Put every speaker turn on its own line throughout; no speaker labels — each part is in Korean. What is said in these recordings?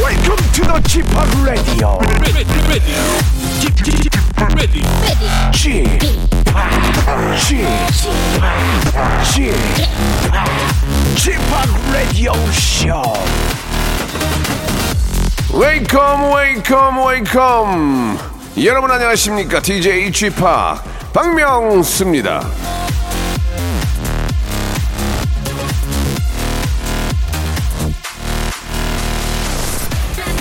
Welcome to the g p o p Radio.
ready, ready, ready, ready,
g p o p G-POP, g p o p Radio Show.
웨이컴 웨이컴 웨이컴 여러분 안녕하십니까 DJ g p o p 박명수입니다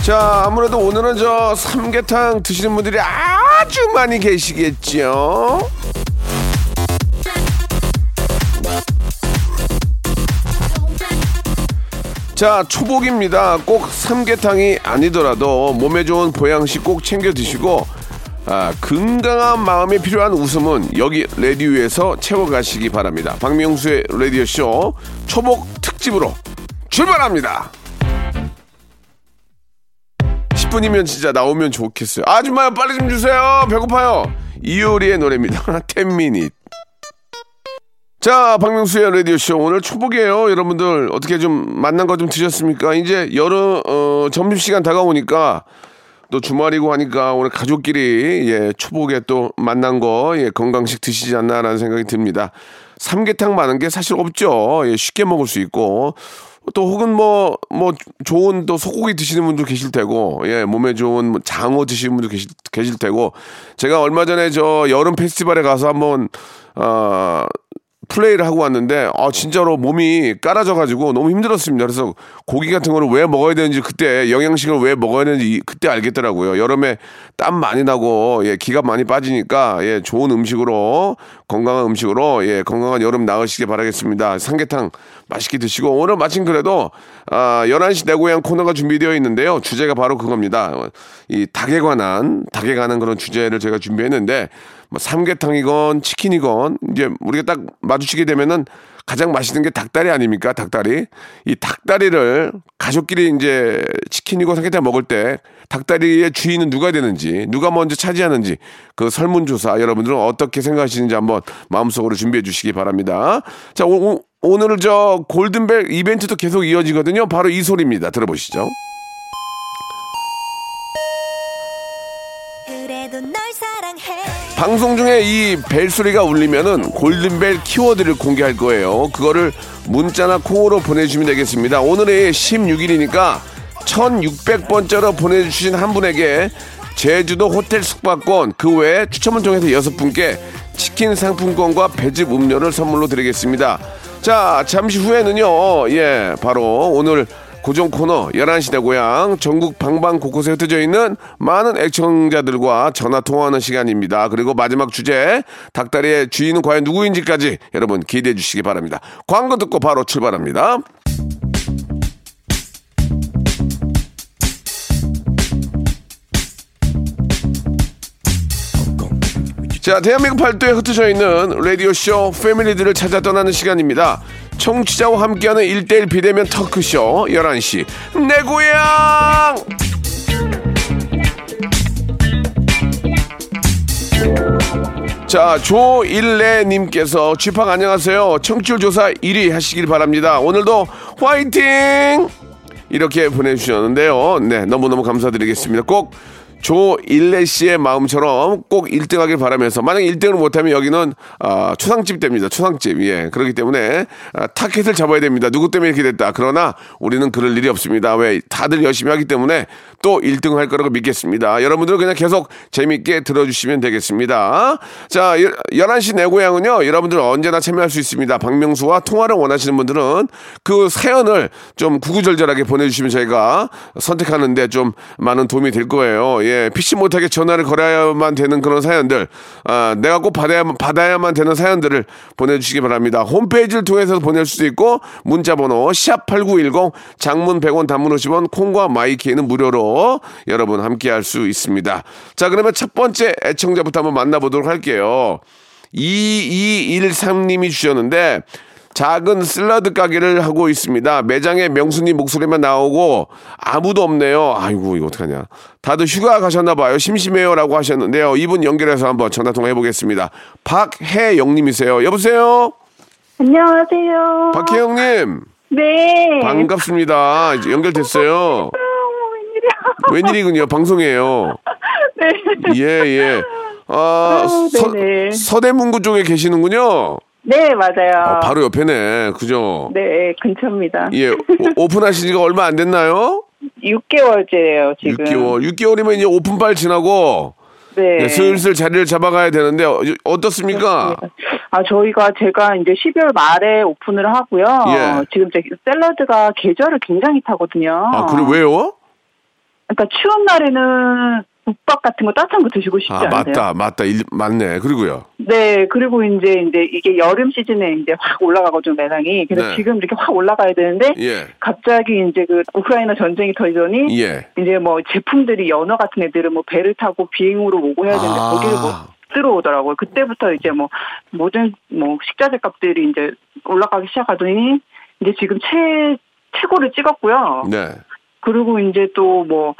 자 아무래도 오늘은 저 삼계탕 드시는 분들이 아주 많이 계시겠죠 자, 초복입니다. 꼭 삼계탕이 아니더라도 몸에 좋은 보양식 꼭 챙겨 드시고 아, 건강한 마음이 필요한 웃음은 여기 레디오에서 채워가시기 바랍니다. 박명수의 레디오쇼 초복 특집으로 출발합니다. 10분이면 진짜 나오면 좋겠어요. 아줌마 빨리 좀 주세요. 배고파요. 이효리의 노래입니다. 10미닛. 자, 박명수의 라디오쇼. 오늘 초복이에요. 여러분들, 어떻게 좀 만난 거 좀 드셨습니까? 이제 여름, 어, 점심시간 다가오니까 또 주말이고 하니까 오늘 가족끼리, 예, 초복에 또 만난 거, 예, 건강식 드시지 않나라는 생각이 듭니다. 삼계탕 많은 게 사실 없죠. 예, 쉽게 먹을 수 있고. 또 혹은 뭐, 뭐, 좋은 또 소고기 드시는 분도 계실 테고, 예, 몸에 좋은 뭐 장어 드시는 분도 계실, 계실 테고, 제가 얼마 전에 저 여름 페스티벌에 가서 한번, 어, 플레이를 하고 왔는데 아 진짜로 몸이 깔아져가지고 너무 힘들었습니다. 그래서 고기 같은 거를 왜 먹어야 되는지 그때 영양식을 왜 먹어야 되는지 이- 그때 알겠더라고요. 여름에 땀 많이 나고 예 기가 많이 빠지니까 예 좋은 음식으로 건강한 음식으로 예 건강한 여름 나으시길 바라겠습니다. 삼계탕 맛있게 드시고 오늘 마침 그래도 아 11시 내 고향 코너가 준비되어 있는데요. 주제가 바로 그겁니다. 어, 이 닭에 관한 닭에 관한 그런 주제를 제가 준비했는데 뭐 삼계탕이건 치킨이건 이제 우리가 딱 마주치게 되면은 가장 맛있는 게 닭다리 아닙니까? 닭다리. 이 닭다리를 가족끼리 이제 치킨이고 삼계탕 먹을 때 닭다리의 주인은 누가 되는지, 누가 먼저 차지하는지 그 설문조사 여러분들은 어떻게 생각하시는지 한번 마음속으로 준비해 주시기 바랍니다. 자, 오, 오- 오늘 저 골든벨 이벤트도 계속 이어지거든요. 바로 이 소리입니다. 들어보시죠.
그래도 널 사랑해
방송 중에 이 벨소리가 울리면은 골든벨 키워드를 공개할 거예요. 그거를 문자나 콩으로 보내주시면 되겠습니다. 오늘이 16일이니까 1600번째로 보내주신 한 분에게 제주도 호텔 숙박권 그 외에 추첨을 통해서 여섯 분께 치킨 상품권과 배즙 음료를 선물로 드리겠습니다. 자, 잠시 후에는요, 예, 바로 오늘 고정 코너 11시 대 고향 전국 방방 곳곳에 흩어져 있는 많은 애청자들과 전화 통화하는 시간입니다. 그리고 마지막 주제 닭다리의 주인은 과연 누구인지까지 여러분 기대해 주시기 바랍니다. 광고 듣고 바로 출발합니다. 자, 대한민국 팔도에 흩어져 있는 라디오쇼 패밀리들을 찾아 떠나는 시간입니다. 청취자와 함께하는 일대일 비대면 터크쇼 11시 내 고향! 자, 조일레님께서 쥐팍 안녕하세요. 청취율 조사 1위 하시길 바랍니다. 오늘도 화이팅! 이렇게 보내주셨는데요. 네, 너무너무 감사드리겠습니다. 꼭 조일레 씨의 마음처럼 꼭 1등 하길 바라면서 만약 1등을 못하면 여기는 아, 초상집 됩니다. 초상집. 예. 그렇기 때문에 아, 타켓을 잡아야 됩니다. 누구 때문에 이렇게 됐다. 그러나 우리는 그럴 일이 없습니다. 왜 다들 열심히 하기 때문에 또 1등 할 거라고 믿겠습니다. 여러분들은 그냥 계속 재밌게 들어주시면 되겠습니다. 자, 일- 11시 내 고향은요, 여러분들 언제나 참여할 수 있습니다. 박명수와 통화를 원하시는 분들은 그 사연을 좀 구구절절하게 보내주시면 저희가 선택하는데 좀 많은 도움이 될 거예요. 예, 피치 못하게 전화를 걸어야만 되는 그런 사연들, 아, 내가 꼭 받아야, 받아야만 되는 사연들을 보내주시기 바랍니다. 홈페이지를 통해서 보낼 수도 있고, 문자번호 샵8910 장문 100원 단문 50원 콩과 마이키에는 무료로 여러분 함께 할 수 있습니다. 자, 그러면 첫 번째 애청자부터 한번 만나보도록 할게요. 2213님이 주셨는데 작은 샐러드 가게를 하고 있습니다. 매장에 명수님 목소리만 나오고 아무도 없네요. 아이고 이거 어떡하냐. 다들 휴가 가셨나 봐요. 심심해요라고 하셨는데요. 이분 연결해서 한번 전화 통화해 보겠습니다. 박혜영 님이세요. 여보세요.
안녕하세요.
박혜영 님.
네. 음,
반갑습니다. 이제 연결됐어요.
아우,
웬일이군요. 방송이에요.
네.
예, 예. 아,
아유,
서,
네네.
서대문구 쪽에 계시는군요.
네, 맞아요.
아, 바로 옆에네. 그죠?
네, 근처입니다.
예. 오- 오픈하신 지가 얼마 안 됐나요?
6개월째예요, 지금.
6개월. 6개월이면 이제 오픈발 지나고
네.
예, 슬슬 자리를 잡아가야 되는데 어, 어떻습니까?
아, 저희가 제가 이제 12월 말에 오픈을 하고요. 어,
예.
지금 제 샐러드가 계절을 굉장히 타거든요.
아, 그래 왜요?
그러니까 추운 날에는 국밥 같은 거 따뜻한 거 드시고 싶지
아,
않으세요?
맞다. 맞다. 일, 맞네. 그리고요.
네, 그리고 이제 이제 이게 여름 시즌에 이제 확 올라가거든요, 매장이. 그래서
네.
지금 이렇게 확 올라가야 되는데
예.
갑자기 이제 그 우크라이나 전쟁이 터지더니
예.
이제 뭐 제품들이 연어 같은 애들은 뭐 배를 타고 비행으로 오고 해야 되는데
아.
거기를 못 들어오더라고요. 그때부터 이제 뭐 모든 뭐 식자재 값들이 이제 올라가기 시작하더니 이제 지금 최 최고를 찍었고요.
네.
그리고 이제 또 뭐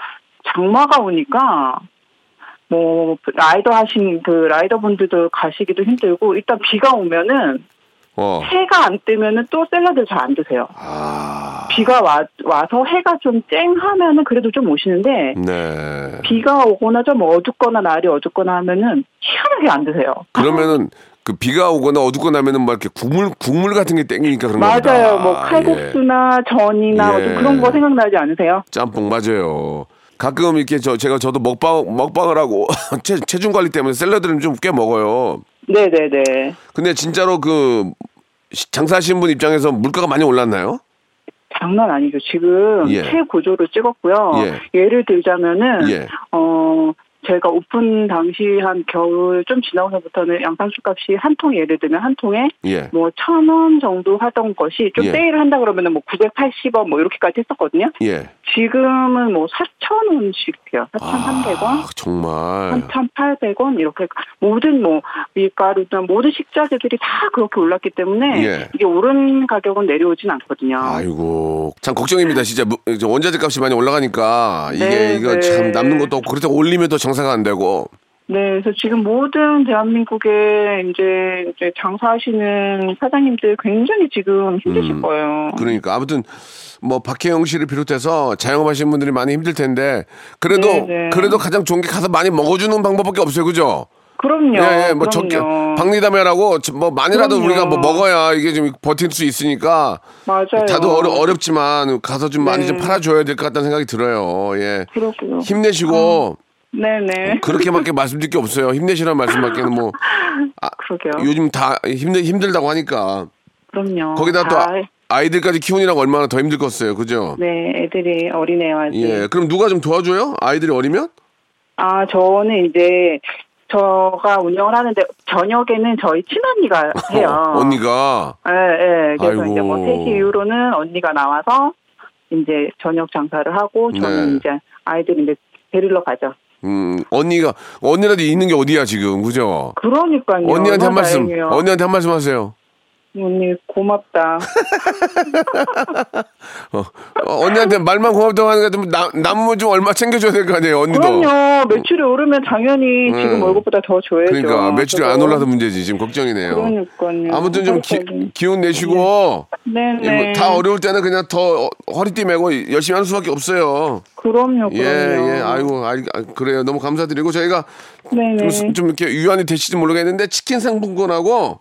장마가 오니까 뭐 라이더 하신 그 라이더 분들도 가시기도 힘들고 일단 비가 오면은
어.
해가 안 뜨면은 또 샐러드 잘 안 드세요.
아.
비가 와, 와서 해가 좀 쨍하면은 그래도 좀 오시는데
네.
비가 오거나 좀 어둡거나 날이 어둡거나 하면은 희한하게 안 드세요.
그러면은 그 비가 오거나 어둡고 나면은 막 이렇게 국물 국물 같은 게 땡기니까 그런 거다.
맞아요. 뭐 칼국수나 전이나 뭐
예.
좀 그런 거 생각나지 않으세요?
짬뽕 맞아요. 가끔 이렇게 저 제가 저도 먹방 먹방을 하고 체, 체중 관리 때문에 샐러드를 좀 꽤 먹어요.
네네네.
근데 진짜로 그 시- 장사하시는 분 입장에서 물가가 많이 올랐나요?
장난 아니죠. 지금
예.
최고조로 찍었고요.
예.
를 들자면은
예.
어 저희가 오픈 당시 한 겨울 좀 지나고서부터는 양상추 값이 한 통 예를 들면 한 통에
예.
뭐 천 원 정도 하던 것이 좀
예.
세일을 한다 그러면은 뭐 980원 뭐 이렇게까지 했었거든요.
예.
지금은 뭐 4,000원씩이요. 4,300원,
아, 정말.
3,800원 이렇게 모든 뭐 밀가루나 모든 식자재들이 다 그렇게 올랐기 때문에
예.
이게 오른 가격은 내려오진 않거든요.
아이고 예. 참 걱정입니다 진짜 무- 저 원자재 값이 많이 올라가니까 이게
네,
이거
네.
참 남는 것도 없고 그렇다고 올리면 또 장사가 안 되고
네, 그래서 지금 모든 대한민국의 이제, 이제 장사하시는 사장님들 굉장히 지금 힘드실
음,
거예요.
그러니까 아무튼 뭐 박혜영 씨를 비롯해서 자영업하시는 분들이 많이 힘들 텐데 그래도
네, 네.
그래도 가장 좋은 게 가서 많이 먹어주는 방법밖에 없어요, 그죠?
그럼요.
예, 예, 뭐
그럼요.
적게 박리담회라고 저- 뭐 많이라도
그럼요.
우리가 뭐 먹어야 이게 좀 버틸 수 있으니까
맞아요.
다들 어려, 어렵지만 가서 좀 많이
네.
좀 팔아줘야 될 것 같다는 생각이 들어요. 예,
그렇군요.
힘내시고
음. 네네.
그렇게밖에 말씀드릴 게 없어요. 힘내시라는 말씀밖에는 뭐
그러게요.
요즘 다 힘들 힘들다고 하니까
그럼요.
거기다 또
어, 다,
아- 아이들까지 키우느라고 얼마나 더 힘들겠어요, 그죠?
네, 애들이 어리네요, 아직.
예, 그럼 누가 좀 도와줘요? 아이들이 어리면?
아, 저는 이제, 저가 운영을 하는데, 저녁에는 저희 친언니가 해요.
어, 언니가.
예, 예. 그래서
아이고.
이제 뭐 3시 이후로는 언니가 나와서 이제 저녁 장사를 하고 저는
네.
이제 아이들 이제 데리러 가죠.
음, 언니가 언니라도 있는 게 어디야 지금, 그죠?
그러니까요.
언니한테 한
얼마나
말씀,
다행이에요.
언니한테 한 말씀 하세요.
언니 고맙다.
어, 어, 언니한테 말만 고맙다고 하는 게 남은 좀 얼마 챙겨줘야 될 거 아니에요, 언니도.
그럼요. 매출이 오르면 당연히
음.
지금 월급보다 더 줘야죠.
그러니까 매출이 안
그래서
올라서 문제지 지금 걱정이네요.
그러니까요.
아무튼 좀 기,
그러니까요.
기운 내시고 예,
네네.
뭐다 어려울 때는 그냥 더 어, 허리띠 매고 열심히 하는 수밖에 없어요.
그럼요. 그럼요.
예, 예. 아이고, 아이, 아, 그래요. 너무 감사드리고 저희가
네네.
좀, 수- 좀 이렇게 유한이 되실지 모르겠는데 치킨 상품권하고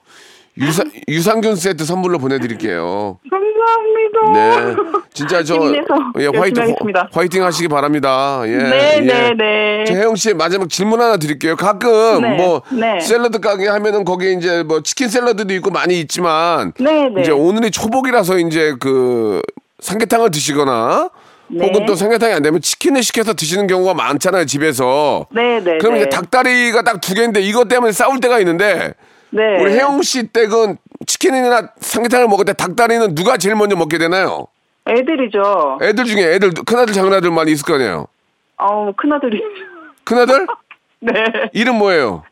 유사, 유산균 세트 선물로 보내드릴게요.
감사합니다.
네, 진짜 저
힘내서
예,
열심히
화이팅
하겠습니다.
화이팅 하시기 바랍니다. 예,
네,
예.
네, 네.
저 혜영 씨 마지막 질문 하나 드릴게요. 가끔
네,
뭐
네.
샐러드 가게 하면은 거기 에 이제 뭐 치킨 샐러드도 있고 많이 있지만
네, 네.
이제 오늘이 초복이라서 이제 그 삼계탕을 드시거나
네.
혹은 또 삼계탕이 안 되면 치킨을 시켜서 드시는 경우가 많잖아요 집에서.
네, 네,
그럼
네.
이제 닭다리가 딱 두 개인데 이것 때문에 싸울 때가 있는데
네.
우리 혜영 씨 댁은 치킨이나 삼계탕을 먹을 때 닭다리는 누가 제일 먼저 먹게 되나요?
애들이죠.
애들 중에 애들 큰아들 작은아들 많이 있을 거 아니에요.
어우, 큰아들이.
큰아들
네.
이름 뭐예요?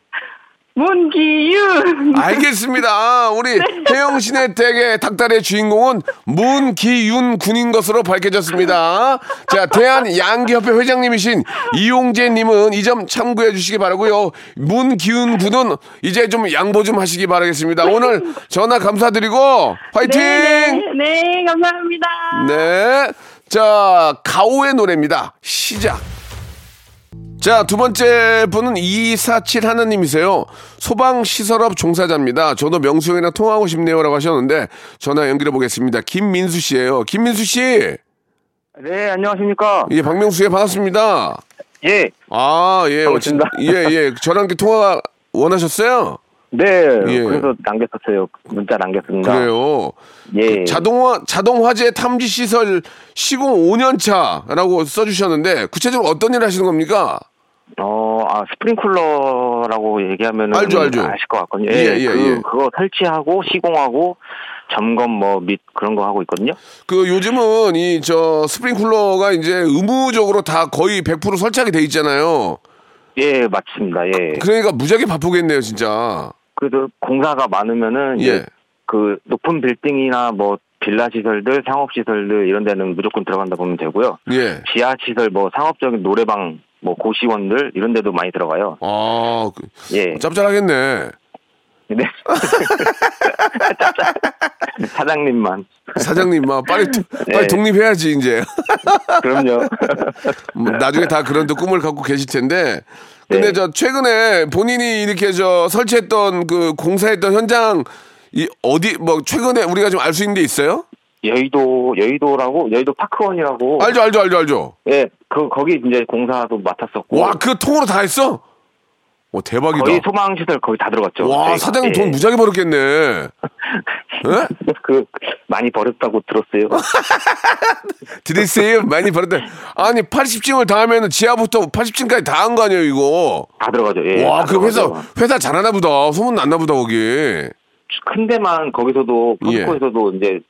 문기윤.
아, 알겠습니다. 아, 우리 혜영 씨네 댁의 닭다리의 주인공은 문기윤 군인 것으로 밝혀졌습니다. 자, 대한양기협회 회장님이신 이용재님은 이 점 참고해 주시기 바라고요. 문기윤 군은 이제 좀 양보 좀 하시기 바라겠습니다. 오늘 전화 감사드리고 화이팅!
네, 네, 네, 감사합니다.
네. 자, 가오의 노래입니다. 시작. 자, 두 번째 분은 247 하나님이세요. 소방시설업 종사자입니다. 저도 명수 형이랑 통화하고 싶네요. 라고 하셨는데, 전화 연결해 보겠습니다. 김민수 씨예요 김민수 씨!
네, 안녕하십니까.
예, 박명수 예, 반갑습니다.
예.
아, 예. 어, 진-
반갑습니다.
예, 예. 저랑 이렇게 통화 원하셨어요?
네.
예.
그래서 남겼었어요. 문자 남겼습니다.
그래요.
예.
자동화, 자동화재 탐지시설 시공 5년 차라고 써주셨는데, 구체적으로 어떤 일 하시는 겁니까?
어, 아, 스프링쿨러라고 얘기하면
알죠, 알죠.
아실 것 같거든요. 예,
예, 예,
그,
예.
그거 설치하고 시공하고 점검 뭐 및 그런 거 하고 있거든요.
그 요즘은 이 저 스프링 쿨러가 이제 의무적으로 다 거의 100% 설치하게 돼 있잖아요.
예, 맞습니다. 예.
그러니까 무지하게 바쁘겠네요, 진짜.
그래도 공사가 많으면은
예.
이제 그 높은 빌딩이나 뭐 빌라 시설들, 상업 시설들 이런 데는 무조건 들어간다 보면 되고요.
예.
지하 시설 뭐 상업적인 노래방 뭐 고시원들 이런 데도 많이 들어가요.
아, 그-
예.
짭짤하겠네.
네. 사장님만.
사장님, 막 빨리 도- 빨리
예.
독립해야지 이제.
그럼요.
뭐 나중에 다 그런 또 꿈을 갖고 계실 텐데. 근데
네.
저 최근에 본인이 이렇게 저 설치했던 그 공사했던 현장 이 어디 뭐 최근에 우리가 좀 알 수 있는 데 있어요?
여의도 여의도라고 여의도 파크원이라고.
알죠, 알죠, 알죠, 알죠.
예. 그 거기 이제 공사도 맡았었고.
와, 그 통으로 다 했어? 와, 대박이다.
네. 거의 소방 시설 거의 다 들어갔죠.
와
저희가.
사장님
예.
돈 무지하게 벌었겠네. 예?
그 많이 버렸다고 들었어요.
드레스에 많이 벌었다. 아니 80층을 다 하면은 지하부터 80층까지 다 한 거 아니에요 이거.
다 들어가죠. 예.
와
다
그 회사
들어가죠.
회사 잘하나 보다. 소문 났나 보다 거기.
큰 데만 거기서도
예.
포스코에서도 이제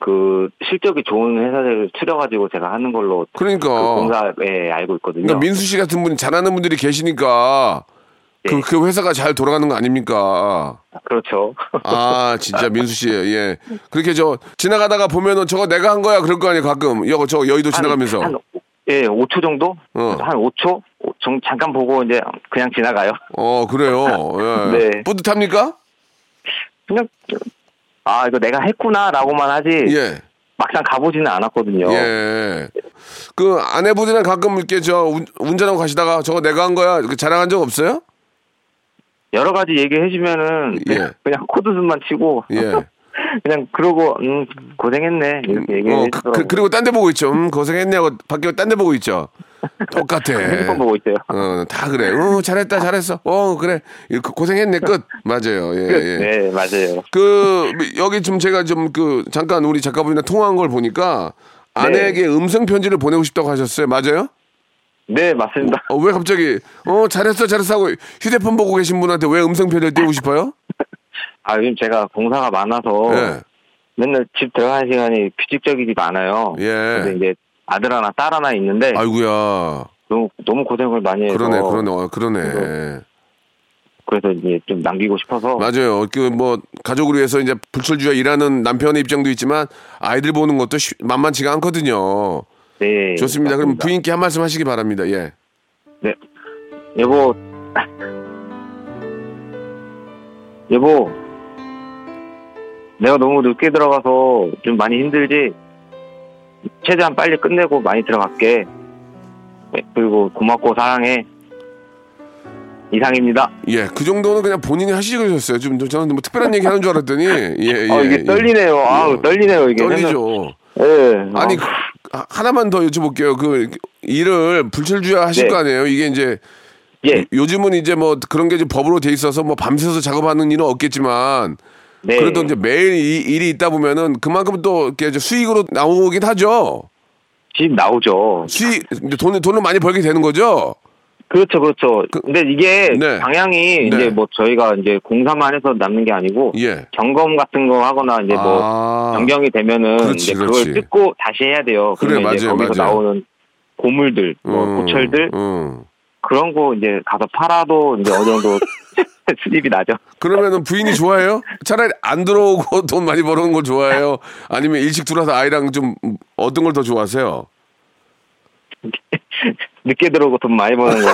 그 실적이 좋은 회사를 추려가지고 제가 하는 걸로
그러니까.
그 공사 예 알고 있거든요.
그러니까 민수 씨 같은 분이 잘하는 분들이 계시니까 그,
예.
그 회사가 잘 돌아가는 거 아닙니까?
그렇죠.
아 진짜 민수 씨 예 그렇게 저 지나가다가 보면은 저거 내가 한 거야 그럴 거 아니에요 가끔 여거 저 여의도 지나가면서
한, 한 오- 예, 5초 정도?
어.
한 5초? 오- 좀 잠깐 보고 이제 그냥 지나가요.
어 그래요 예.
네.
뿌듯합니까?
그냥 아, 이거 내가 했구나라고만 하지
예
막상 가보지는 않았거든요.
예. 그 아내분이랑 가끔 이렇게 저 운, 운전하고 가시다가 저거 내가 한 거야 이렇게 자랑한 적 없어요?
여러 가지 얘기해 주면은
예.
그냥 코드숨만 치고
예.
그냥 그러고 음, 고생했네. 이렇게 얘기해
어,
주더라고요.
그, 리고 딴 데 보고 있죠. 음, 고생했냐고 밖에 딴 데 보고 있죠. 똑같아.
핸드폰 보고 있어요.
어, 다 그래. 어, 잘했다, 잘했어. 어, 그래. 이거 고생했네. 끝. 맞아요. 예, 예.
네, 맞아요.
그 여기 지금 제가 좀 그 잠깐 우리 작가분이랑 통화한 걸 보니까 아내에게 음성 편지를 보내고 싶다고 하셨어요. 맞아요?
네, 맞습니다.
어, 왜 갑자기 어 잘했어 잘했어 하고 휴대폰 보고 계신 분한테 왜 음성 편지를 띄우고 싶어요?
아, 요즘 제가 공사가 많아서
예.
맨날 집 들어가는 시간이 규칙적이지 않아요.
예.
근데 이제 아들 하나, 딸 하나 있는데
아이고야.
너무, 너무 고생을 많이 해서
그러네, 그러네, 어, 그러네.
그래서 이제 좀 남기고 싶어서
맞아요. 그 뭐 가족을 위해서 이제 불철주야 일하는 남편의 입장도 있지만 아이들 보는 것도 쉽- 만만치가 않거든요.
네
좋습니다. 그럼
맞습니다.
부인께 한 말씀 하시기 바랍니다. 예.
네 여보 여보 내가 너무 늦게 들어가서 좀 많이 힘들지 최대한 빨리 끝내고 많이 들어갈게 네, 그리고 고맙고 사랑해 이상입니다
예, 그 정도는 그냥 본인이 하시셨어요. 지금 저- 저는 뭐 특별한 얘기 하는 줄 알았더니 예, 예.
아 이게
예.
떨리네요 아
예.
떨리네요 이게
떨리죠.
예
아니
아,
그- 하- 하나만 더 여쭤볼게요. 그 일을 불철주야 하실
네.
거 아니에요. 이게 이제
예
요즘은 이제 뭐 그런 게 이제 법으로 돼 있어서 뭐 밤새서 작업하는 일은 없겠지만
네.
그래도 이제 매일 이, 일이 있다 보면은 그만큼 또 이렇게 이제 수익으로 나오긴 하죠.
집 나오죠
수익 이제 돈을 돈을 많이 벌게 되는 거죠.
그렇죠, 그렇죠.
그-
근데 이게
네.
방향이
네.
이제 뭐 저희가 이제 공사만 해서 남는 게 아니고
예.
점검 같은 거 하거나 이제 뭐
아.
변경이 되면은
그렇지,
이제
그렇지.
그걸 뜯고 다시 해야 돼요.
그래,
그러면 이제
맞아요,
거기서
맞아요.
나오는 고물들, 뭐
음,
고철들
음.
그런 거 이제 가서 팔아도 이제 어느 정도 수입이 나죠.
그러면은 부인이 좋아해요? 차라리 안 들어오고 돈 많이 버는 걸 좋아해요? 아니면 일찍 들어와서 아이랑 좀 어떤 걸 더 좋아하세요?
늦게 들어오고 돈 많이 버는 거.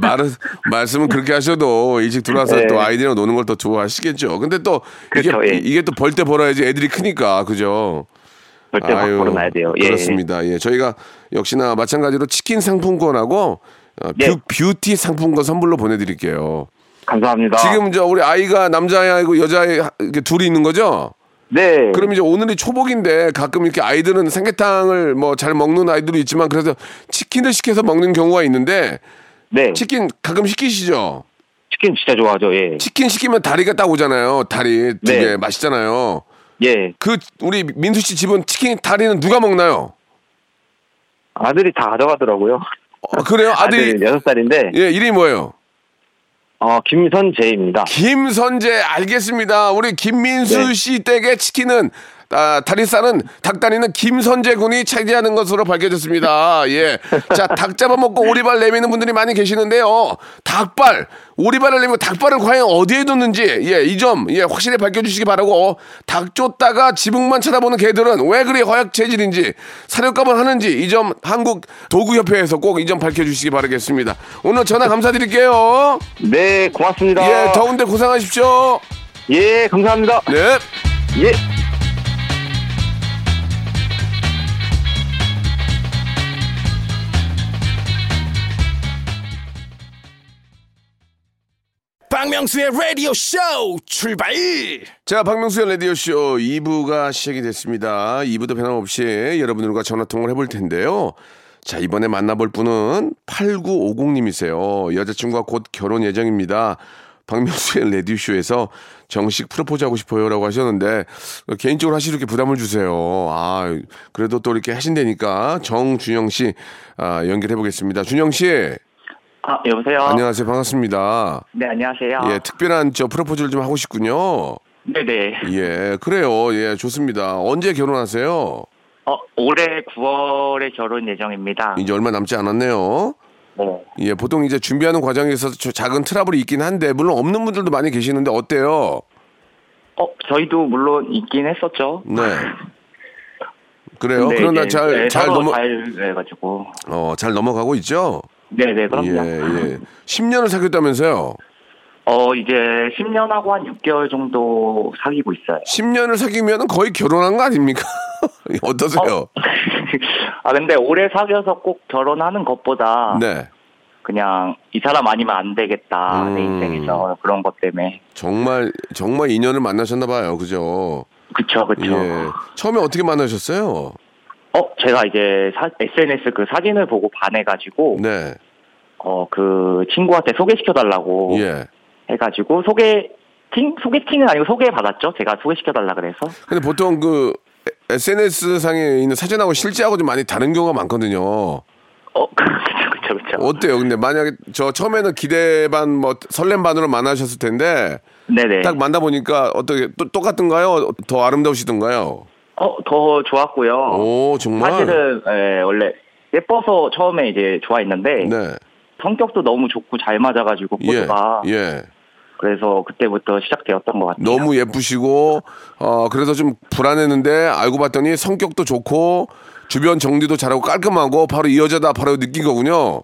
말은 말씀은 그렇게 하셔도 일찍 들어와서
네.
또 아이들이랑 노는 걸 더 좋아하시겠죠. 근데 또
그렇죠,
이게
예.
이게 또 벌 때 벌어야지 애들이 크니까 그죠.
절대
아유,
밖으로 놔야 돼요. 예.
그렇습니다. 예, 저희가 역시나 마찬가지로 치킨 상품권하고 어,
예.
뷰, 뷰티 상품권 선물로 보내드릴게요.
감사합니다.
지금 저 우리 아이가 남자아이고 여자아이 하- 이렇게 둘이 있는 거죠?
네.
그럼 이제 오늘이 초복인데 가끔 이렇게 아이들은 삼계탕을 뭐 잘 먹는 아이들도 있지만 그래서 치킨을 시켜서 먹는 경우가 있는데
네.
치킨 가끔 시키시죠?
치킨 진짜 좋아하죠. 예.
치킨 시키면 다리가 딱 오잖아요. 다리 두 개
네.
맛있잖아요.
예.
그 우리 민수 씨 집은 치킨 다리는 누가 먹나요?
아들이 다 가져가더라고요.
어, 그래요? 아들이
아들 여섯 살인데
예, 이름이 뭐예요?
어 김선재입니다.
김선재 알겠습니다. 우리 김민수
네.
씨 댁의 치킨은 아, 다리살은 닭다리는 김선재 군이 차지하는 것으로 밝혀졌습니다. 예. 자, 닭 잡아먹고 오리발 내미는 분들이 많이 계시는데요. 닭발, 오리발을 내미고 닭발을 과연 어디에 뒀는지, 예, 이 점, 예, 확실히 밝혀주시기 바라고, 닭 쫓다가 지붕만 쳐다보는 개들은 왜 그리 허약 체질인지, 사료값을 하는지, 이 점 한국 도구협회에서 꼭 이 점 밝혀주시기 바라겠습니다. 오늘 전화 감사드릴게요.
네, 고맙습니다.
예, 더운데 고생하십시오.
예, 감사합니다.
네.
예.
박명수의 라디오 쇼 출발
자, 박명수의 라디오쇼 2부가 시작이 됐습니다. 2부도 변함없이 여러분들과 전화통화를 해볼 텐데요. 자, 이번에 만나볼 분은 8950님이세요. 여자친구가 곧 결혼 예정입니다. 박명수의 라디오쇼에서 정식 프로포즈 하고 싶어요 라고 하셨는데, 개인적으로 하시 이렇게 부담을 주세요. 아, 그래도 또 이렇게 하신다니까. 정준영 씨, 아, 연결해 보겠습니다. 준영 씨,
아, 여보세요.
안녕하세요. 반갑습니다.
네, 안녕하세요.
예, 특별한 저 프로포즈를 좀 하고 싶군요.
네, 네.
예, 그래요. 예, 좋습니다. 언제 결혼하세요?
어, 올해 9월에 결혼 예정입니다.
이제 얼마 남지 않았네요.
네.
예, 보통 이제 준비하는 과정에서 저 작은 트러블이 있긴 한데, 물론 없는 분들도 많이 계시는데, 어때요?
어, 저희도 물론 있긴 했었죠.
네. 그래요?
근데
그러나
이제,
잘,
네,
잘
서로
넘어,
잘 해가지고.
어, 잘 넘어가고 있죠?
네, 네,
예,
그럼요.
예. 10년을 사귀었다면서요?
어, 이제 10년하고 한 6개월 정도 사귀고 있어요.
10년을 사귀면 거의 결혼한 거 아닙니까? 어떠세요?
아, 근데 오래 사귀어서 꼭 결혼하는 것보다
네.
그냥 이 사람 아니면 안 되겠다. 내
음.
인생에서 그런 것 때문에.
정말, 정말 인연을 만나셨나봐요. 그죠?
그쵸, 그쵸.
예. 처음에 어떻게 만나셨어요?
어, 제가 이제 사- SNS 그 사진을 보고 반해가지고,
네.
어, 그 친구한테 소개시켜달라고
예.
해가지고, 소개팅? 소개팅은 아니고 소개받았죠? 제가 소개시켜달라 그래서.
근데 보통 그 SNS 상에 있는 사진하고 실제하고 좀 많이 다른 경우가 많거든요.
어, 그쵸, 그쵸, 그쵸.
어때요? 근데 만약에 저 처음에는 기대 반, 뭐 설렘 반으로 만나셨을 텐데
네네.
딱 만나 보니까 어떻게 또, 똑같은가요? 더 아름다우시던가요?
어, 더 좋았고요.
오 정말.
어. 사실은, 예, 원래 예뻐서 처음에 이제 좋아했는데,
네.
성격도 너무 좋고 잘 맞아가지고,
예.
포즈가.
예.
그래서 그때부터 시작되었던 것 같아요.
너무 예쁘시고 어 그래서 좀 불안했는데 알고 봤더니 성격도 좋고 주변 정리도 잘하고 깔끔하고 바로 이 여자다 바로 느낀 거군요.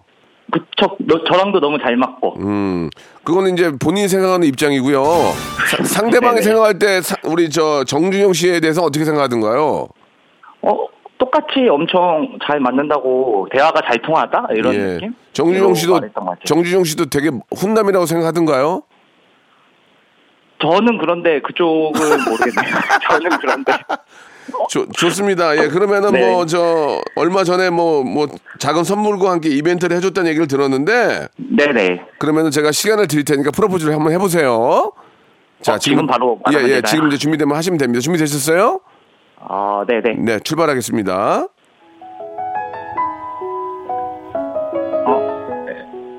그쵸, 너- 저랑도 너무 잘 맞고.
음, 그거는 이제 본인이 생각하는 입장이고요. 사- 상대방이
네네.
생각할 때 사- 우리 저 정준영 씨에 대해서 어떻게 생각하던가요?
어, 똑같이 엄청 잘 맞는다고 대화가 잘 통하다 이런 느낌?
예. 정준영 씨도
말했던 것 같아요.
정준영 씨도 되게 훈남이라고 생각하던가요?
저는 그런데 그쪽은 모르겠네요. 저는 그런데
좋- 좋습니다. 예, 그러면은
네.
뭐 저 얼마 전에 뭐 뭐 작은 선물과 함께 이벤트를 해줬다는 얘기를 들었는데
네네
그러면은 제가 시간을 드릴 테니까 프로포즈를 한번 해보세요.
어, 지금 바로
예,
하면
예,
되나요?
지금 이제 준비되면 하시면 됩니다. 준비되셨어요?
아 네네
네, 출발하겠습니다.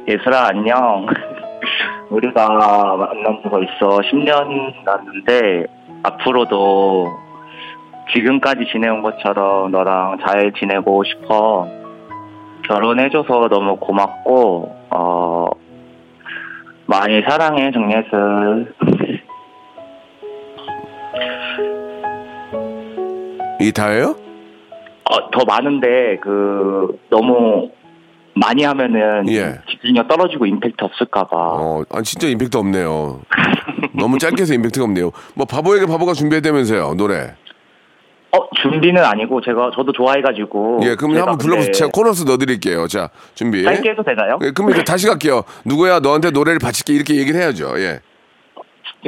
예슬아 안녕 우리가 만난 지가 있어 10년 났는데 앞으로도 지금까지 지내온 것처럼 너랑 잘 지내고 싶어 결혼해줘서 너무 고맙고 어 많이 사랑해 정예슬
이 다예요?
어, 더 많은데 그 너무 많이 하면은
예.
집중력 떨어지고 임팩트 없을까봐
어, 아 진짜 임팩트 없네요. 너무 짧게 해서 임팩트가 없네요. 뭐 바보에게 바보가 준비했다면서요 노래.
어 어, 준비는 아니고 제가 저도 좋아해가지고.
예, 그럼 한번 불러보세요. 제가 코러스 넣어드릴게요. 자, 준비.
어, 네, 짧게 해도 되나요?
예, 그럼 이제 다시 갈게요. 누구야 너한테 노래를 바칠게 이렇게 얘기를 해야죠. 예.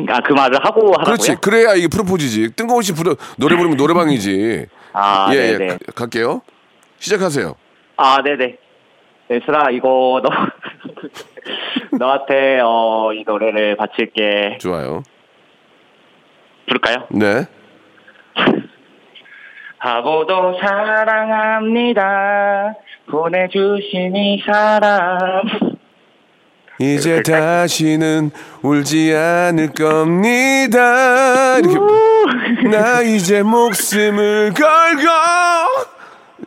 아, 그 말을 하고 하라고요?
그렇지. 그래야 이게 프로포즈지. 뜬금없이 부르, 노래 부르면 노래방이지.
아,
예,
네네.
예. 가- 갈게요. 시작하세요.
아, 네네. 예슬아, 이거 너 너한테 어, 이 노래를 바칠게.
좋아요.
부를까요?
네.
하고도 사랑합니다. 보내주신 이 사람.
이제 다시는 울지 않을 겁니다. 이렇게. 나 이제 목숨을 걸고.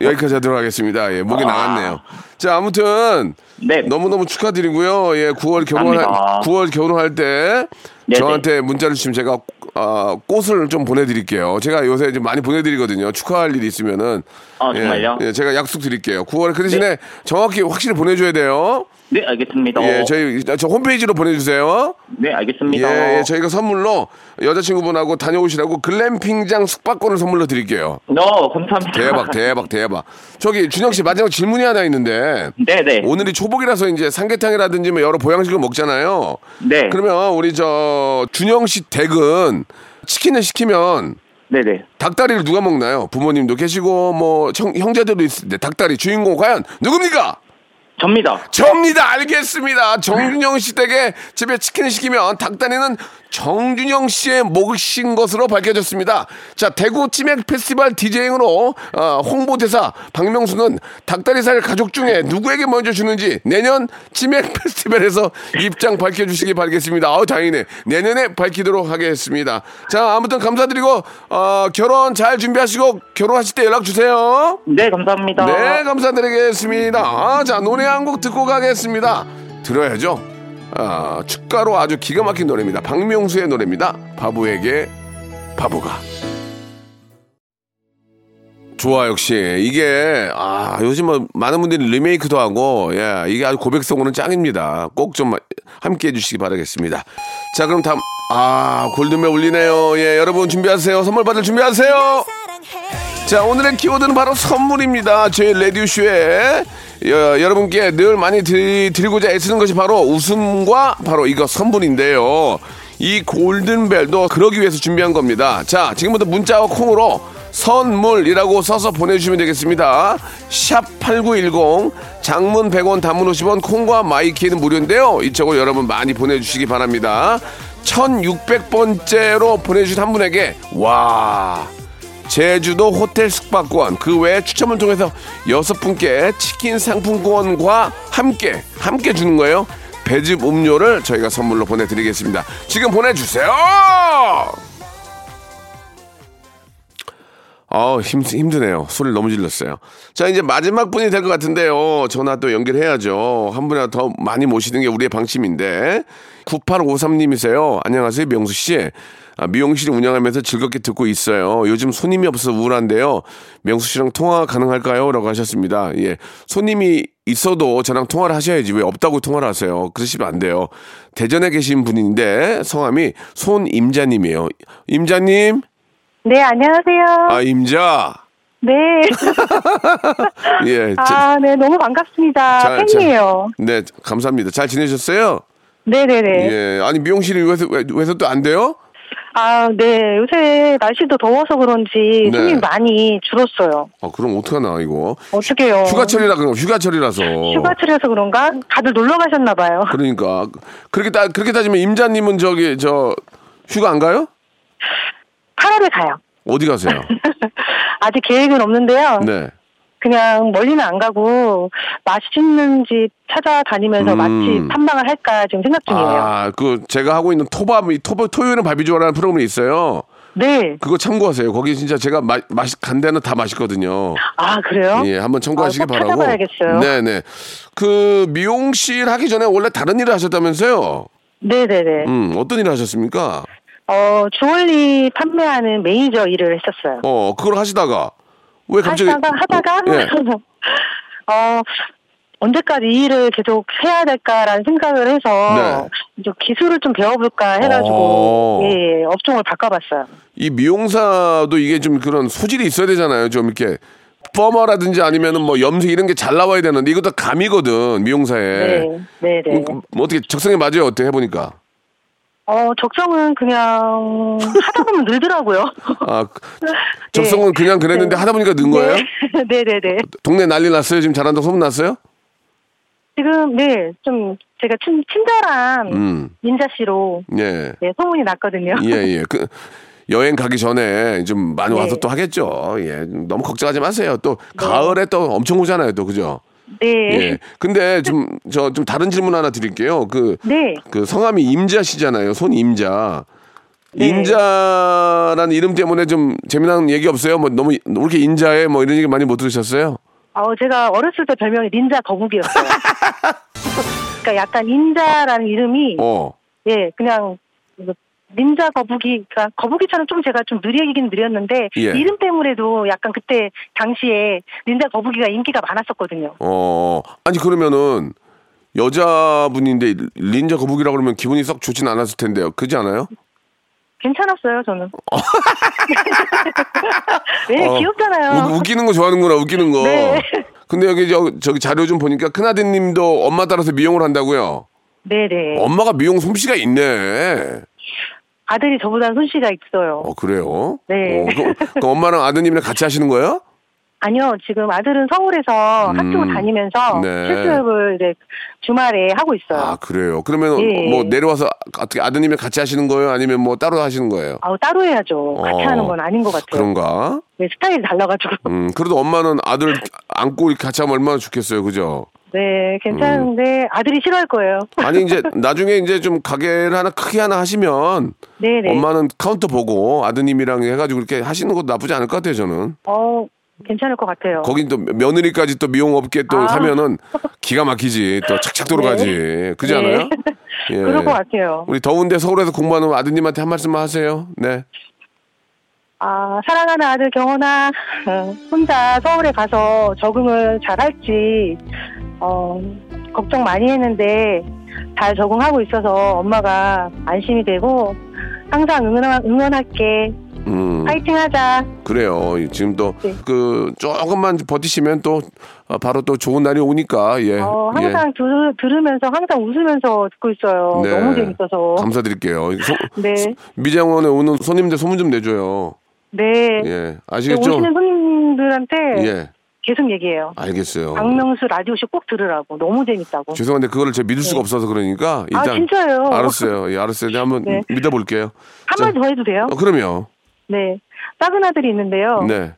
여기까지 하도록 하겠습니다. 예, 목이 나갔네요. 자, 아무튼.
아. 네.
너무너무 축하드리고요. 예, 9월 결혼할,
감사합니다.
9월 결혼할 때
네네.
저한테 문자를 주시면 제가 아, 꽃을 좀 보내드릴게요. 제가 요새 좀 많이 보내드리거든요. 축하할 일이 있으면은.
아, 정말요?
예, 예, 제가 약속 드릴게요. 9월에 그 대신에 정확히 확실히 보내줘야 돼요.
네, 알겠습니다.
예, 저희 저 홈페이지로 보내주세요. 어?
네, 알겠습니다.
예, 예, 저희가 선물로 여자친구분하고 다녀오시라고 글램핑장 숙박권을 선물로 드릴게요.
너 감사합니다.
대박, 대박, 대박. 저기 준영 씨 마지막 질문이 하나 있는데
네네.
오늘이 초복이라서 이제 삼계탕이라든지 뭐 여러 보양식을 먹잖아요.
네.
그러면 우리 저 준영 씨 댁은 치킨을 시키면
네네.
닭다리를 누가 먹나요? 부모님도 계시고 뭐 형, 형제들도 있을 때 닭다리 주인공 과연 누굽니까?
접니다.
접니다. 알겠습니다. 정준영 씨 댁에 집에 치킨을 시키면 닭다리는 정준영 씨의 몫인 것으로 밝혀졌습니다. 자, 대구 치맥 페스티벌 디제잉으로 어, 홍보대사 박명수는 닭다리살 가족 중에 누구에게 먼저 주는지 내년 치맥 페스티벌에서 입장 밝혀주시기 바라겠습니다. 아우, 다행이네. 내년에 밝히도록 하겠습니다. 자, 아무튼 감사드리고 어, 결혼 잘 준비하시고 결혼하실 때 연락 주세요.
네, 감사합니다.
네, 감사드리겠습니다. 아, 자, 노래 한 곡 듣고 가겠습니다. 들어야죠. 아, 축가로 아주 기가 막힌 노래입니다. 박명수의 노래입니다. 바보에게 바보가. 좋아 역시 이게 아 요즘 뭐 많은 분들이 리메이크도 하고 예 이게 아주 고백성으로는 짱입니다 꼭 좀 함께 해주시기 바라겠습니다 자 그럼 다음 아 골든벨 울리네요 예 여러분 준비하세요 선물 받을 준비하세요
사랑해
자 오늘의 키워드는 바로 선물입니다. 저희 라디오 쇼에 여, 여러분께 늘 많이 드리, 드리고자 애쓰는 것이 바로 웃음과 바로 이거 선물인데요. 이 골든벨도 그러기 위해서 준비한 겁니다. 자 지금부터 문자와 콩으로 선물이라고 써서 보내주시면 되겠습니다. 샵 8910 장문 100원 단문 50원 콩과 마이키는 무료인데요. 이쪽으로 여러분 많이 보내주시기 바랍니다. 1600번째로 보내주신 한 분에게 와 제주도 호텔 숙박권 그 외에 추첨을 통해서 여섯 분께 치킨 상품권과 함께 함께 주는 거예요 배즙 음료를 저희가 선물로 보내드리겠습니다 지금 보내주세요 아 힘, 힘드네요 소리를 너무 질렀어요 자 이제 마지막 분이 될 것 같은데요 전화 또 연결해야죠 한 분이라 더 많이 모시는 게 우리의 방침인데 9853님이세요 안녕하세요 명수씨 아, 미용실 운영하면서 즐겁게 듣고 있어요. 요즘 손님이 없어서 우울한데요. 명수 씨랑 통화 가능할까요? 라고 하셨습니다. 예. 손님이 있어도 저랑 통화를 하셔야지. 왜 없다고 통화를 하세요? 그러시면 안 돼요. 대전에 계신 분인데 성함이 손임자님이에요. 임자님?
네, 안녕하세요.
아, 임자.
네.
예. 자,
아, 네, 너무 반갑습니다.
잘,
팬이에요.
네, 감사합니다. 잘 지내셨어요?
네네네.
예. 아니, 미용실이 왜서, 왜, 왜서 또 안 돼요?
아, 네. 요새 날씨도 더워서 그런지
네.
손님 많이 줄었어요.
아, 그럼 어떡하나, 이거.
어떻게요?
휴가철이라, 그럼 휴가철이라서.
네. 휴가철이라서 그런가? 다들 놀러 가셨나 봐요.
그러니까. 그렇게 따, 그렇게 따지면 임자님은 저기, 저, 휴가 안 가요?
8월에 가요.
어디 가세요?
아직 계획은 없는데요.
네.
그냥 멀리는 안 가고 맛있는 집 찾아다니면서
음.
맛집 탐방을 할까 지금 생각 중이에요.
아, 그, 제가 하고 있는 토밥이, 토밥, 토요일은 바비주얼하는 프로그램이 있어요.
네.
그거 참고하세요. 거기 진짜 제가 마, 맛, 간 데는 다 맛있거든요.
아, 그래요?
예, 한번 참고하시기
아, 꼭
바라고.
찾아봐야겠어요.
네, 네. 그 미용실 하기 전에 원래 다른 일을 하셨다면서요?
네네네.
음, 어떤 일을 하셨습니까?
어, 주얼리 판매하는 매니저 일을 했었어요.
어, 그걸 하시다가 왜 갑자기
하다가 하다가
어, 예.
어 언제까지 이 일을 계속 해야 될까라는 생각을 해서 이제 기술을 좀 배워볼까
네.
해가지고
어.
예, 예, 업종을 바꿔봤어요.
이 미용사도 이게 좀 그런 소질이 있어야 되잖아요. 좀 이렇게 퍼머라든지 아니면은 뭐 염색 이런 게 잘 나와야 되는데 이것도 감이거든 미용사에.
네, 네, 네.
예. 음, 뭐 어떻게 적성에 맞아요? 어때 해보니까?
어 적성은 그냥 하다 보면 늘더라고요. 예.
아 그- 적성은 그냥 그랬는데 하다 보니까 는 거예요?
네, 네, 네.
동네 난리 났어요? 지금 잘한다고 소문 났어요?
지금 네 좀 제가 친, 친절한
음.
민자 씨로
예.
네, 소문이 났거든요.
예, 예. 그 여행 가기 전에 좀 많이 와서
네.
또 하겠죠. 예. 너무 걱정하지 마세요. 또 가을에 또 엄청 오잖아요. 또 그죠?
네,
예. 근데 좀 저 좀 다른 질문 하나 드릴게요. 그
네.
그 성함이 임자 씨잖아요. 손임자.
네.
임자라는 이름 때문에 좀 재미난 얘기 없어요? 뭐 너무 왜 이렇게 인자해 뭐 이런 얘기 많이 못 들으셨어요?
어, 제가 어렸을 때 별명이 닌자 거북이였어요. 그러니까 약간 닌자라는 이름이
어.
예 그냥 뭐 닌자 거북이 그러니까 거북이처럼 좀 제가 좀 느리긴 느렸는데
예.
이름 때문에도 약간 그때 당시에 닌자 거북이가 인기가 많았었거든요.
어. 아니 그러면은 여자분인데 린자 거북이라 그러면 기분이 썩 좋진 않았을 텐데요. 그지 않아요?
괜찮았어요 저는. 네
어,
귀엽잖아요.
우- 웃기는 거 좋아하는구나, 웃기는 거.
네.
근데 여기 저, 저기 자료 좀 보니까 큰아드님도 엄마 따라서 미용을 한다고요.
네네
엄마가 미용 솜씨가 있네.
아들이 저보다 손씨가 있어요.
어 그래요?
네.
어, 그, 그 엄마랑 아드님이랑 같이 하시는 거예요?
아니요 지금 아들은 서울에서
음.
학교 다니면서
네.
실습을 이제 주말에 하고 있어요.
아 그래요. 그러면
네. 예.
뭐 내려와서 어떻게 아드님이랑 같이 하시는 거예요? 아니면 뭐 따로 하시는 거예요?
아우 따로 해야죠. 같이
어,
하는 건 아닌 것 같아요.
그런가?
네, 스타일이 달라가지고.
음 그래도 엄마는 아들 안고 이렇게 같이 하면 얼마나 좋겠어요, 그죠?
네,
음.
괜찮은데 아들이 싫어할 거예요.
아니 이제 나중에 이제 좀 가게를 하나 크게 하나 하시면
네네.
엄마는 카운터 보고 아드님이랑 해가지고 이렇게 하시는 것도 나쁘지 않을 것 같아요 저는
어, 괜찮을 것 같아요.
거긴 또 며느리까지 또 미용업계 또
아.
하면은 기가 막히지 또 착착 돌아가지 그지
네.
않아요? 예.
그럴 것 같아요.
우리 더운데 서울에서 공부하는 아드님한테 한 말씀만 하세요 네
아, 사랑하는 아들 경호나 어, 혼자 서울에 가서 적응을 잘할지 어, 걱정 많이 했는데 잘 적응하고 있어서 엄마가 안심이 되고 항상 응원, 응원할게.
음,
파이팅하자.
그래요 지금
네.
또 그 조금만 버티시면 또 아, 바로 또 좋은 날이 오니까 예,
어,
예.
항상 들, 들으면서 항상 웃으면서 듣고 있어요.
네.
너무 재밌어서.
감사드릴게요 소-
네.
미장원에 오는 손님들 소문 좀 내줘요
네.
예
네,
아시겠죠?
오시는 손님들한테
예
계속 얘기해요.
알겠어요
박명수 라디오쇼 꼭 들으라고. 너무 재밌다고.
죄송한데 그거를 제가 믿을 수가 없어서 그러니까 일단
어. 네. 아, 진짜요?
알았어요. 예, 알았어요. 네, 한번
네.
믿어볼게요.
한 말 더 해도 돼요?
어, 그럼요.
네. 작은 아들이 있는데요.
네.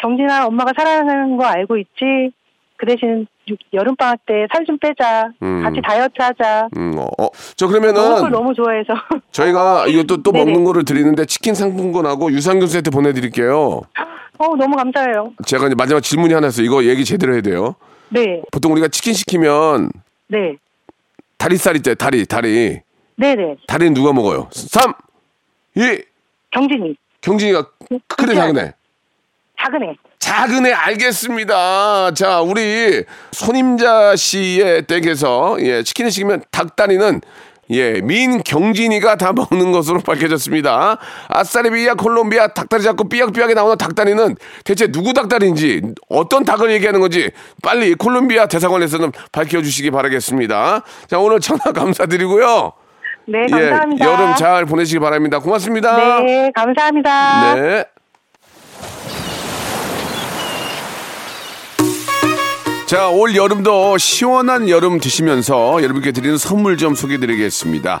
경진아, 엄마가 사랑하는 거 알고 있지? 그 대신 유- 여름방학 때 살 좀 빼자.
음.
같이 다이어트 하자.
음, 어, 어. 저
먹을 걸
그러면은
너무 좋아해서.
저희가 이것도 또
네네.
먹는 거를 드리는데 치킨 상품권하고 유산균 세트 보내드릴게요.
어, 너무 감사해요.
제가 이제 마지막 질문이 하나 있어요. 이거 얘기 제대로 해야 돼요.
네.
보통 우리가 치킨 시키면
네.
다리살 있대 다리, 다리.
네네.
다리는 누가 먹어요? 3, 2,
경진이.
경진이가 크네, 작은 애.
작은 애.
작은 애 알겠습니다. 자, 우리 손임자 씨의 댁에서 예, 치킨을 시키면 닭다리는 예, 민경진이가 다 먹는 것으로 밝혀졌습니다. 아싸리비아 콜롬비아 닭다리 잡고 삐약삐약이 나오는 닭다리는 대체 누구 닭다리인지 어떤 닭을 얘기하는 건지 빨리 콜롬비아 대사관에서는 밝혀주시기 바라겠습니다. 자, 오늘 전화 감사드리고요.
네, 감사합니다.
예, 여름 잘 보내시기 바랍니다. 고맙습니다.
네, 감사합니다.
네. 자, 올 여름도 시원한 여름 드시면서 여러분께 드리는 선물 좀 소개해 드리겠습니다.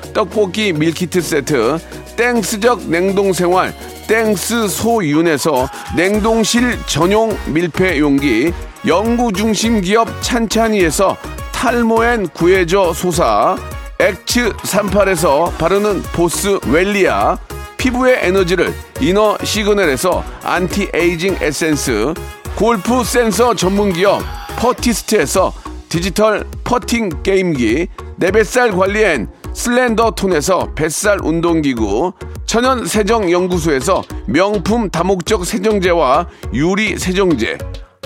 떡볶이 밀키트 세트, 땡스적 냉동생활 땡스 소윤에서 냉동실 전용 밀폐 용기, 연구중심 기업 찬찬이에서 탈모엔 구해줘 소사, 엑츠 38에서 바르는 보스 웰리아, 피부의 에너지를 이너 시그널에서 안티에이징 에센스, 골프 센서 전문 기업 퍼티스트에서 디지털 퍼팅 게임기, 내 뱃살 관리엔 슬렌더 톤에서 뱃살 운동기구, 천연 세정 연구소에서 명품 다목적 세정제와 유리 세정제,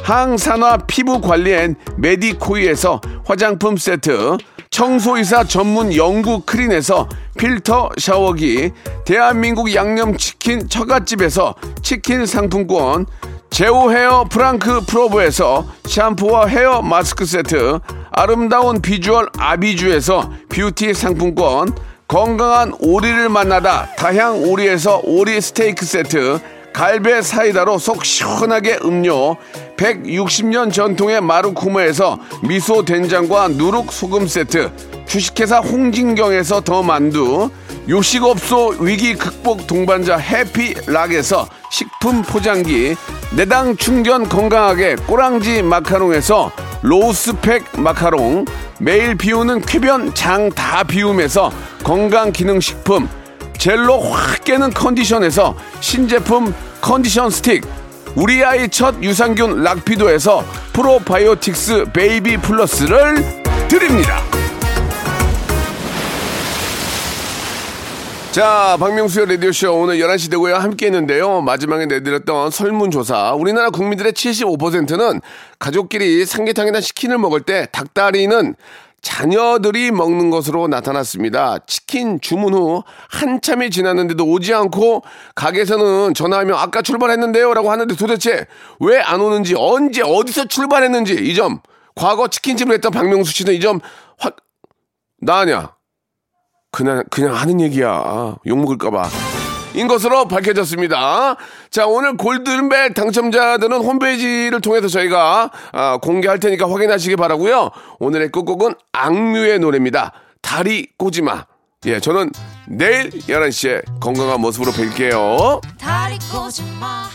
항산화 피부 관리엔 메디코이에서 화장품 세트, 청소이사 전문 영구 크린에서 필터 샤워기, 대한민국 양념치킨 처갓집에서 치킨 상품권, 제오 헤어 프랑크 프로브에서 샴푸와 헤어 마스크 세트, 아름다운 비주얼 아비주에서 뷰티 상품권, 건강한 오리를 만나다 다향 오리에서 오리 스테이크 세트, 갈배 사이다로 속 시원하게 음료, 160년 전통의 마루코메에서 미소 된장과 누룩 소금 세트, 주식회사 홍진경에서 더 만두, 요식업소 위기 극복 동반자 해피락에서 식품 포장기, 내당 충전 건강하게 꼬랑지 마카롱에서 로스팩 마카롱, 매일 비우는 쾌변 장 다 비움에서 건강기능식품, 젤로 확 깨는 컨디션에서 신제품 컨디션 스틱, 우리 아이 첫 유산균 락피도에서 프로바이오틱스 베이비 플러스를 드립니다. 자, 박명수의 라디오쇼 오늘 11시 되고요. 함께 했는데요. 마지막에 내드렸던 설문조사. 우리나라 국민들의 75%는 가족끼리 삼계탕이나 치킨을 먹을 때 닭다리는 자녀들이 먹는 것으로 나타났습니다. 치킨 주문 후 한참이 지났는데도 오지 않고 가게에서는 전화하며 아까 출발했는데요 라고 하는데 도대체 왜 안 오는지 언제 어디서 출발했는지 이 점 과거 치킨집을 했던 박명수 씨는 이 점 확 나냐 그냥 그냥 하는 얘기야 욕 먹을까 봐. 인 것으로 밝혀졌습니다. 자, 오늘 골든벨 당첨자들은 홈페이지를 통해서 저희가 아, 공개할 테니까 확인하시기 바라고요. 오늘의 끝곡은 악뮤의 노래입니다. 다리 꼬지마. 예, 저는 내일 11시에 건강한 모습으로 뵐게요.
다리 꼬지 마.